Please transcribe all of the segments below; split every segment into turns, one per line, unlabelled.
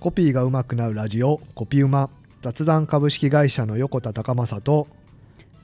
コピーがうまくなるラジオコピうま雑談株式会社の横田隆正と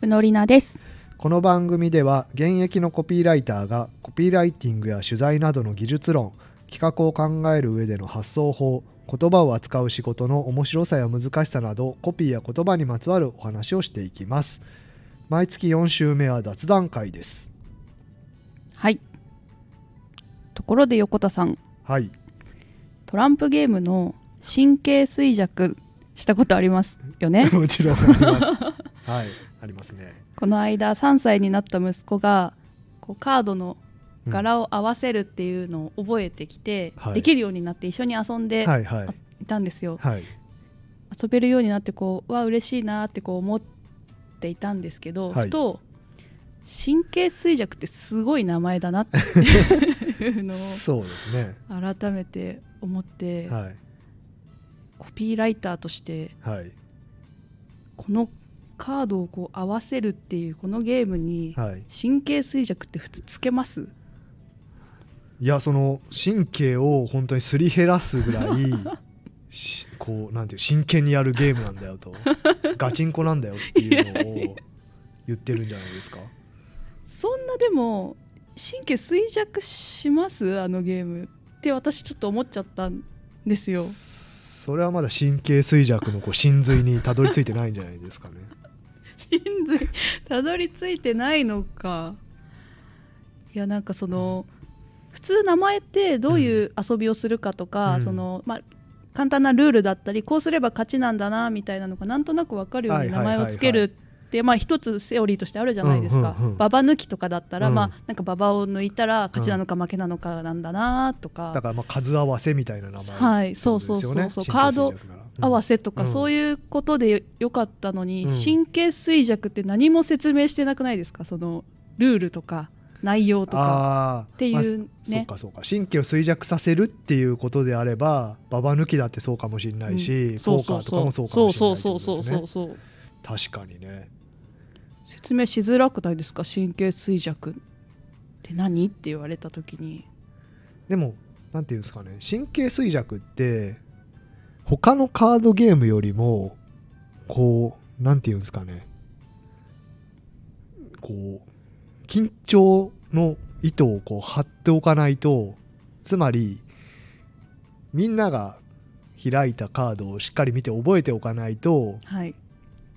うのりなです。
この番組では現役のコピーライターがコピーライティングや取材などの技術論企画を考える上での発想法言葉を扱う仕事の面白さや難しさなどコピーや言葉にまつわるお話をしていきます毎月4週目は雑談会です
はい。ところで横田さん、
はい
トランプゲームの神経衰弱したことあります よね。
もちろんありますはいありますね
この間3歳になった息子がこうカードの
うん
柄を合わせるっていうのを覚えてきて、
はい
できるようになって一緒に遊んで
はいはい
いたんですよ。
はい
遊べるようになってこうわ嬉しいなってこう思っていたんですけど、
はい
ふと神経衰弱ってすごい名前だな っていうのを
そうですね
改めて思って、
はい
コピーライターとして
はい
このカードをこう合わせるっていうこのゲームに
はい
神経衰弱って普通つけます、
いやその神経を本当にすり減らす ぐらいしこうなんていう真剣にやるゲームなんだよ とガチンコなんだよっていうのを言ってるんじゃないですか
そんなでも神経衰弱しますあのゲームって私ちょっと思っちゃったんですよ
それはまだ神経衰弱のこう真髄にたどり着いてないんじゃないですかね
真髄たどり着いてないのかいやなんかその普通名前ってどういう遊びをするかとか、
うん
そのまあ簡単なルールだったりこうすれば勝ちなんだなみたいなのがなんとなく分かるよう
はい
に
は
名
いはいはい
前をつけるってまあ一つセオリーとしてあるじゃないですか、
うんうんうん
ババ抜きとかだったら、
うん
まあなんかババを抜いたら勝ちなのか負けなのかなんだなとか、
だからまあ数合わせみたいな名前
はい
ってことですよね
そうそうそうそう
神経衰弱
カード
なら
合わせとか、
うん
そういうことでよかったの
う
に、
ん
神経衰弱って何も説明してなくないですかそのルールとか内容とか
あー
ってい
まあ
う
そう
ね、
かそうか神経を衰弱させるっていうことであればババ抜きだってそうかもしれないし、ポーカーとかもそうか
そ
も
う
しれ
そ
ない
う
って
そう
こと
そう
です
そ
ね
うそう
確かにね
説明しづらくないですか神経衰弱って何って言われた時に
でもなんていうんですかね神経衰弱って他のカードゲームよりもこうなんていうんですかねこう緊張の糸をこう張っておかないとつまりみんなが開いたカードをしっかり見て覚えておかないと
はい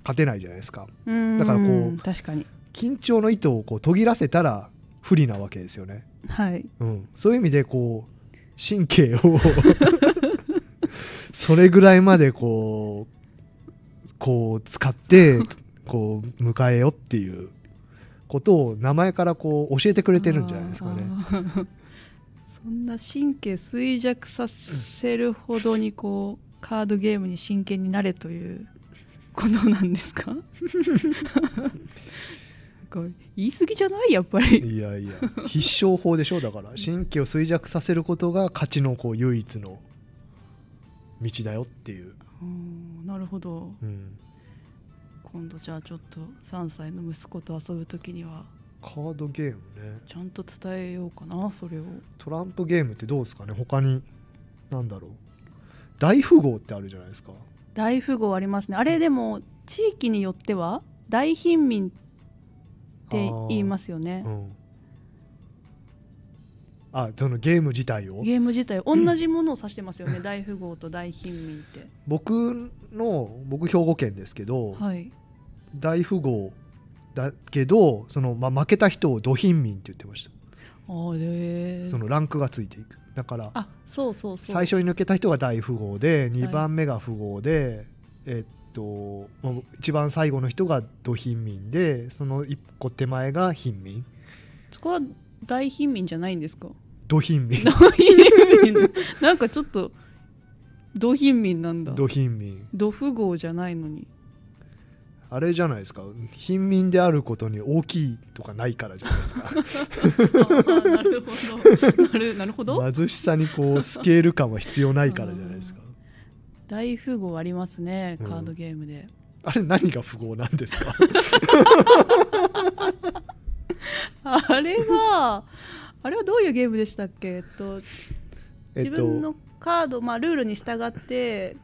勝てないじゃないですか
だ
だからこう
確かに
緊張の糸をこう途切らせたら不利なわけですよね
はい
うん、そういう意味でこう神経を それぐらいまでこうこう使ってこう迎えようっていうことを名前からこう教えてくれてるんじゃないですかね。
あーそんな神経衰弱させるほどにこうカードゲームに真剣になれということなんですかこう言い過ぎじゃないやっぱり
いやいや必勝法でしょだから神経を衰弱させることが勝ちのこう唯一の道だよっていう、
うんなるほど
うん、
今度じゃあちょっと3歳の息子と遊ぶ時には
カードゲームね
ちゃんと伝えようかなそれを
トランプゲームってどうですかね他に何だろう大富豪ってあるじゃないですか、
大富豪ありますねあれでも地域によっては大貧民って言いますすよね
うんあそのゲーム自体を
ゲーム自体同じものを指してますよね、大富豪と大貧民って
僕の僕兵庫県ですけど、
はい
大富豪だけどその、まあ、負けた人をド貧民って言ってました、
あれ
そのランクがついていくだから
あそうそうそう
最初に抜けた人が大富豪で2
い
番目が富豪でえっとまあ一番最後の人がド貧民でその一個手前が貧民
そこは大貧民じゃないんですか
ド貧民
大貧民なんかちょっとド貧民なんだ
ド貧民
ド富豪じゃないの に
あれじゃないですか貧民であることに大きいとかないからじゃないですか
あーなるほどなるなるほど、
貧しさにこうスケール感は必要ないからじゃない ですか
大富豪ありますね
うん
カードゲームで、
あれ何が富豪なんですか
あれはあれはどういうゲームでしたっけえっと
え
自
っ
分の
と
カード、まあ、ルールに従って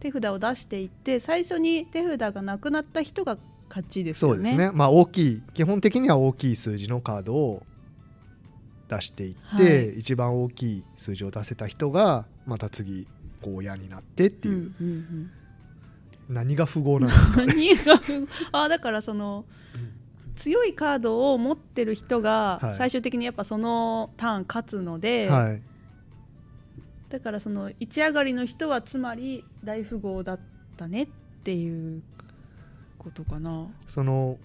手札を出していって最初に手札がなくなった人が勝ちです
そ
よ
う
ね。
ですね、まあ、大きい基本的には大きい数字のカードを出していって、
はい
一番大きい数字を出せた人がまた次こう矢になってっていう、
うんうんうん
何が富豪なんですか
何が不 あだからその強いカードを持ってる人
は
が
い
最終的にやっぱそのターン勝つので、
はい
だからその一上がりの人はつまり大富豪だったねっていうことかな。
その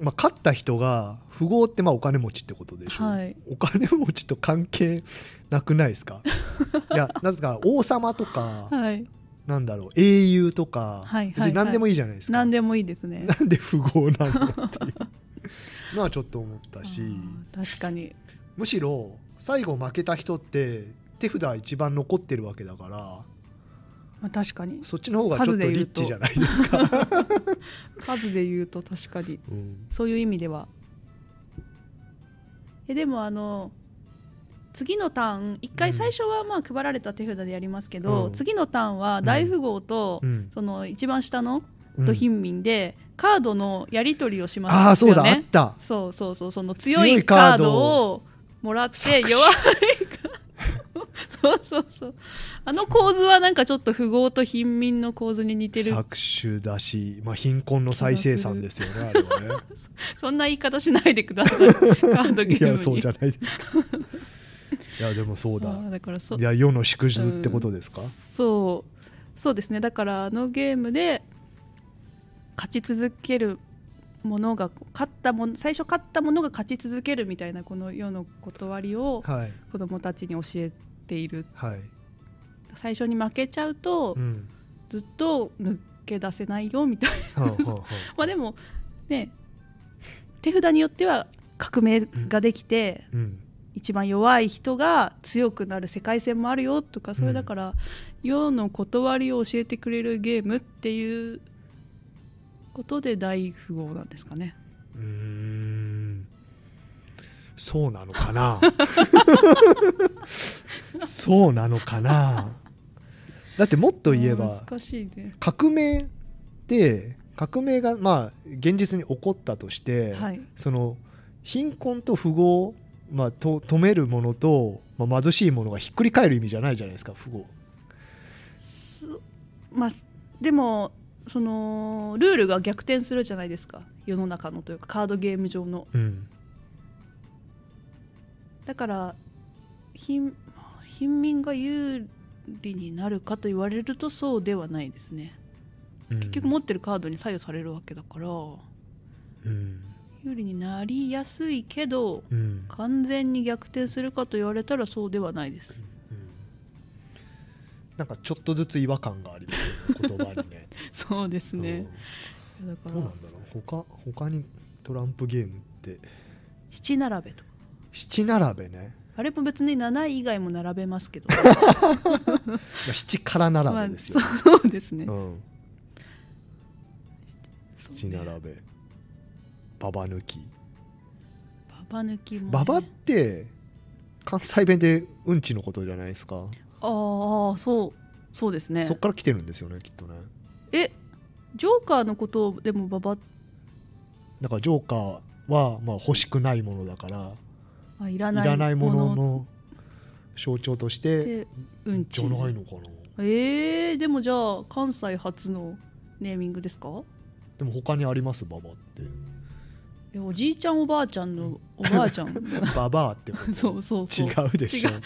まあ、勝った人が富豪ってまあお金持ちってことでしょ、
はい
お金持ちと関係なくないです かいやなぜか王様とか、
はい、
なんだろう英雄とか、
はいはい
別に何でもいいじゃないですか、
何でもいいです ね。
なんで富豪なのって いうのはちょっと思ったし
あー確かに
むしろ最後負けた人って手札一番残ってるわけだから
まあ、確かに
そっちの方がちょっとリッチじゃないですか。
数で言うと確かに
うん
そういう意味ではえでもあの次のターン一
う
回
ん
最初はまあ配られた手札でやりますけど、
うん
次のターンは大富豪と、
うん
その一番下の
うん
ド貧民でカードのやり取りをしますよね
ああそうだあった
そうそうそうその強
強
い
いカ
カ
ー
ー
ド
ド
を
をもらって
搾取
弱いカード そうそうそうあの構図はなんかちょっと富豪と貧民の構図に似てる
搾取だし、まあ、貧困の再生産ですよね あれはね。
そんな言い方しないでくださ いカードゲ
い
ーム
や
に
そうじゃないですか。いやでもそう
あ
だ
ーだからそ
いや世の縮図ってことですか、
そうそうですねだからあのゲームで勝ち続けるものが勝ったもの最初勝ったものが勝ち続けるみたいなこの世の断りを
はい
子どもたちに教えている
はい、
最初に負けちゃうと
うん、
ずっと抜け出せないよみたいな
はあはあはあ
まあでもね手札によっては革命ができて、
うん
一番弱い人が強くなる世界線もあるよとかそれだから世の断りを教えてくれるゲームっていうことで大富豪なんですかね。
うーんそうなのか なそうなのかなだってもっと言えば
難しいね。
革命って革命がまあ現実に起こったとして、
はい
その貧困と富豪、まあ、と止めるものと、まあ、貧しいものがひっくり返る意味じゃないじゃないですか富豪
すまあでもそのルールが逆転するじゃないですか世の中のというかカードゲーム上の。
うん
だから貧貧民が有利になるかと言われるとそうではないですね。
結
結局持ってるカードに左右されるわけだから。
うん
有利になりやすいけど
うん
完全に逆転するかと言われたらそうではないです
うんなんかちょっとずつ違和感がありますよね言葉にね。
そうです ね
うん
だか
どうなん
ら
だろう他他にトランプゲームって
七並べとか
七並べね
あれも別に7以外も並べますけ ど
まあ七から並べですよ、
まあそうそうですね
うん、七並べババ抜き
ババ抜きも、ね、
ババって関西弁でうんちのことじゃないですか、
ああそうそうですね
そっから来てるんですよねきっとね
えジョーカーのことをでもババ
だからジョーカーはまあ欲しくないものだから
あいら
い
ない
らないものの象徴として
でうん
じ
ち
ゃないのかな
えー、でもじゃあ関西初のネーミングですか
でも他にありますババって
いやおじいちゃんおばあちゃんのおばあちゃん
ババアってこと
そうそうそう
違うでしょ
違う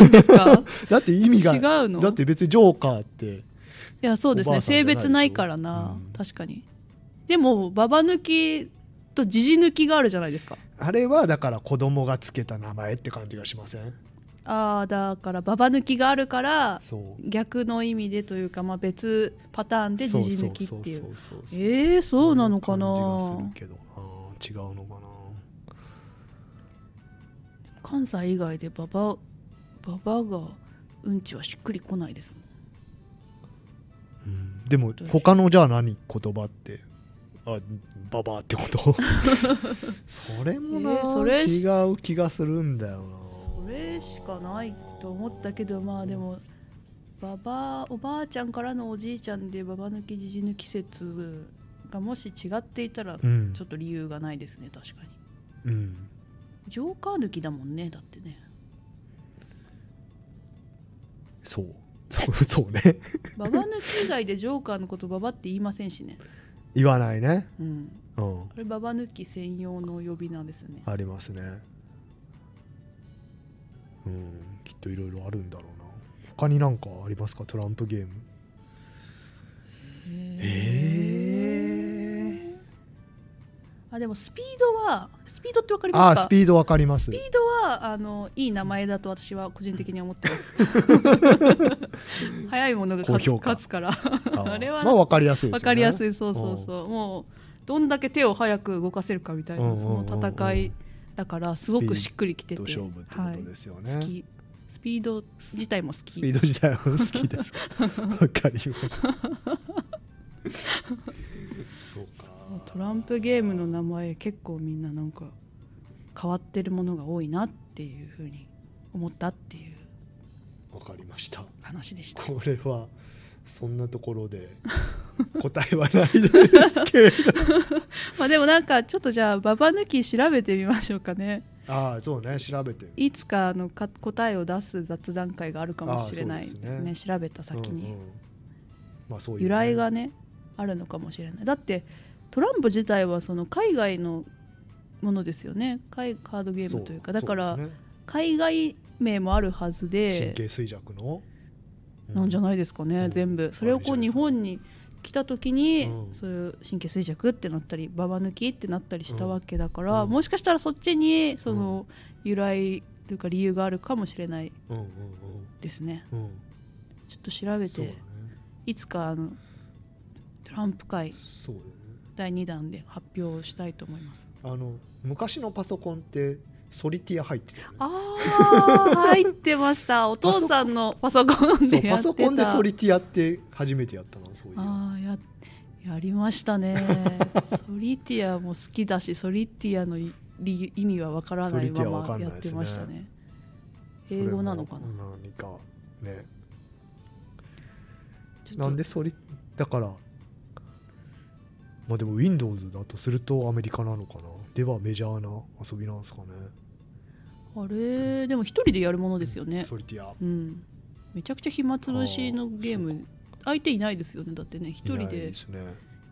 違うんですか
だって 意味が
違うの
だって別にジョーカーって
いやそうです
おば
ね
あさんじゃない
性
でしょ
別ないからな、
うん
確かにでもババ抜きとジジ抜きがあるじゃないですか
あれはだから子供がつけた名前って感じがしません
あーだからババ抜きがあるから
そう
逆の意味でというか、まあ、別パターンでジジ抜きっていう
そうそうそうそう
えー、そうなのか
感じが
な
するけどあー違うのかな
関西以外でババババがうんちはしっくりこないですもん
うんでも他のじゃあ何言葉ってあババアってこと それもな、
えーそれ
違う気がするんだよな
それしかないと思ったけどまあでもババアおばあちゃんからのおじいちゃんでババ抜きじじ抜き説がもし違っていたら
うん
ちょっと理由がないですね確かに
うん
ジョーカー抜きだもんねだってね
そうそう そうね
ババ抜き以外でジョーカーのことババって言いませんしね
言わないね
うん
うん
これババ抜き専用の呼び名ですね
ありますねうんきっといろいろあるんだろうな他になんかありますかトランプゲームええ
あでもスピードはスピードってわかり
あ
ま
あ
すか
スピードわかりま
ス
す
ピードはあのいい名前だと私は個人的に思ってます 早いものが勝つ
高評価
勝つから
ー
あれは
まあわかりやすいですよね
わかりやす
い
いそうそうそうもうどんだけ手を早く動かせるかみたい
うんうん
な
うん
その戦いだからすごくしっくりきてて
勝負って
は
こと
い
ですよね、
好きスピード自体も好
ス
き
ピード自体は好きです。わかりました。そうか。
トランプゲームの名前結構みんななんか変わってるものが多いなっていうふうに思ったっていう
わかりました。
話でした
これはそんなところで答えはないですけれ ど。
まあでもなんかちょっとじゃあババ抜き調べてみましょうかね
ああ、そうね、調べて。
いつかあのか答えを出す雑談会があるかもしれないです
あー
ね
そうです
調べた先に、
うんうんまあそういうね
由来がねあるのかもしれないだってトランプ自体はその海外のものですよね海カードゲームというか
そ
だから
そうですね
海外名もあるはずで
神経衰弱の、
なんじゃ
い。
ないですかね、
うん
全部それを
あ
こう
れじ
日
ゃないですか
本に来た時に、
うん
そういう神経衰弱ってなったりババ抜きってなったりしたわけだから、
うん
もしかしたらそっちにその由来というか理由があるかもしれない
うんうん
ですね
うんうん。
ちょっと調べ
そうだ
て
ね。
いつかあのトランプ会
そうだね。
第2弾で発表したいと思います
あの昔のパソコンってソリティア入ってたよね。
あー入って ましたお父さんのパソコン
そう
でや
パ
ってた
ソコンでソリティアって初めてやったなそういうの
ああややりまし たねソリティアも好きだしソリティアのい理意味はわから
ソ
ない
リティアわ
ま
か
ま
んな
や
い
っ
で
て
すね
ましたね英語なのかな
それも何かね
ちょっと
なんでソリだからまあでも Windows だとするとアメリカなのかなではメジャーな遊びなんですかね
あれでも一人でやるものですよね
ソリティア
うんめちゃくちゃ暇つぶしのゲー
あー
ム相手いないですよねだってね一
いな
人
い
です
ね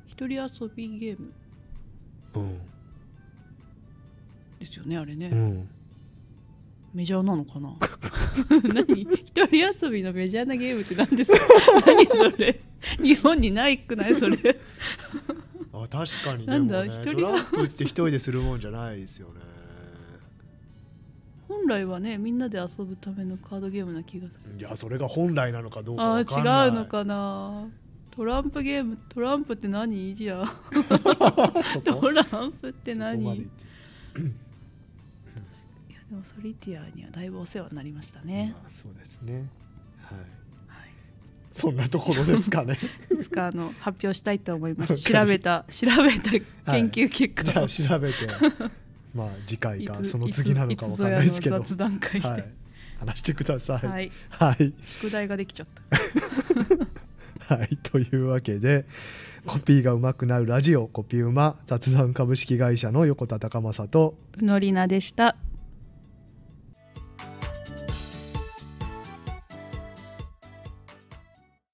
一人遊びゲーム
うん、
ですよねあれね、
うん、
メジャーなのかな 何一人遊びのメジャーなゲームって何ですか 何それ日本にないくないそれ
あ確かにで
な
も
んだ
ね
一
ト
人
ラ
が
ンプって一人でするもんじゃないですよね
本来はねみんなで遊ぶためのカードゲームな気がする
いやそれが本来なのかどうか
ああ
わかんない
ー違うのかなトランプゲームトランプって何じゃあ
そこ
トランプって
そこま
何
で
い
言って
やでもソリティアにはだいぶお世話になりましたね、
まあそうですねはい
は
そんなところですかね
い、いつかあの発表したいと思いま
わ
す
かりま
調べた調べた研究結
じ
果
ゃ
を、
あ調 べてまあ次回
い
か
つ
その次なのかわかんないですけど
いつぞやの雑談会で、
は
はいい、
話してくださいはい、
宿題ができちゃった
はい、というわけでコピーがうまくなるラジオコピーうま雑談株式会社の横田隆正と
のりなでした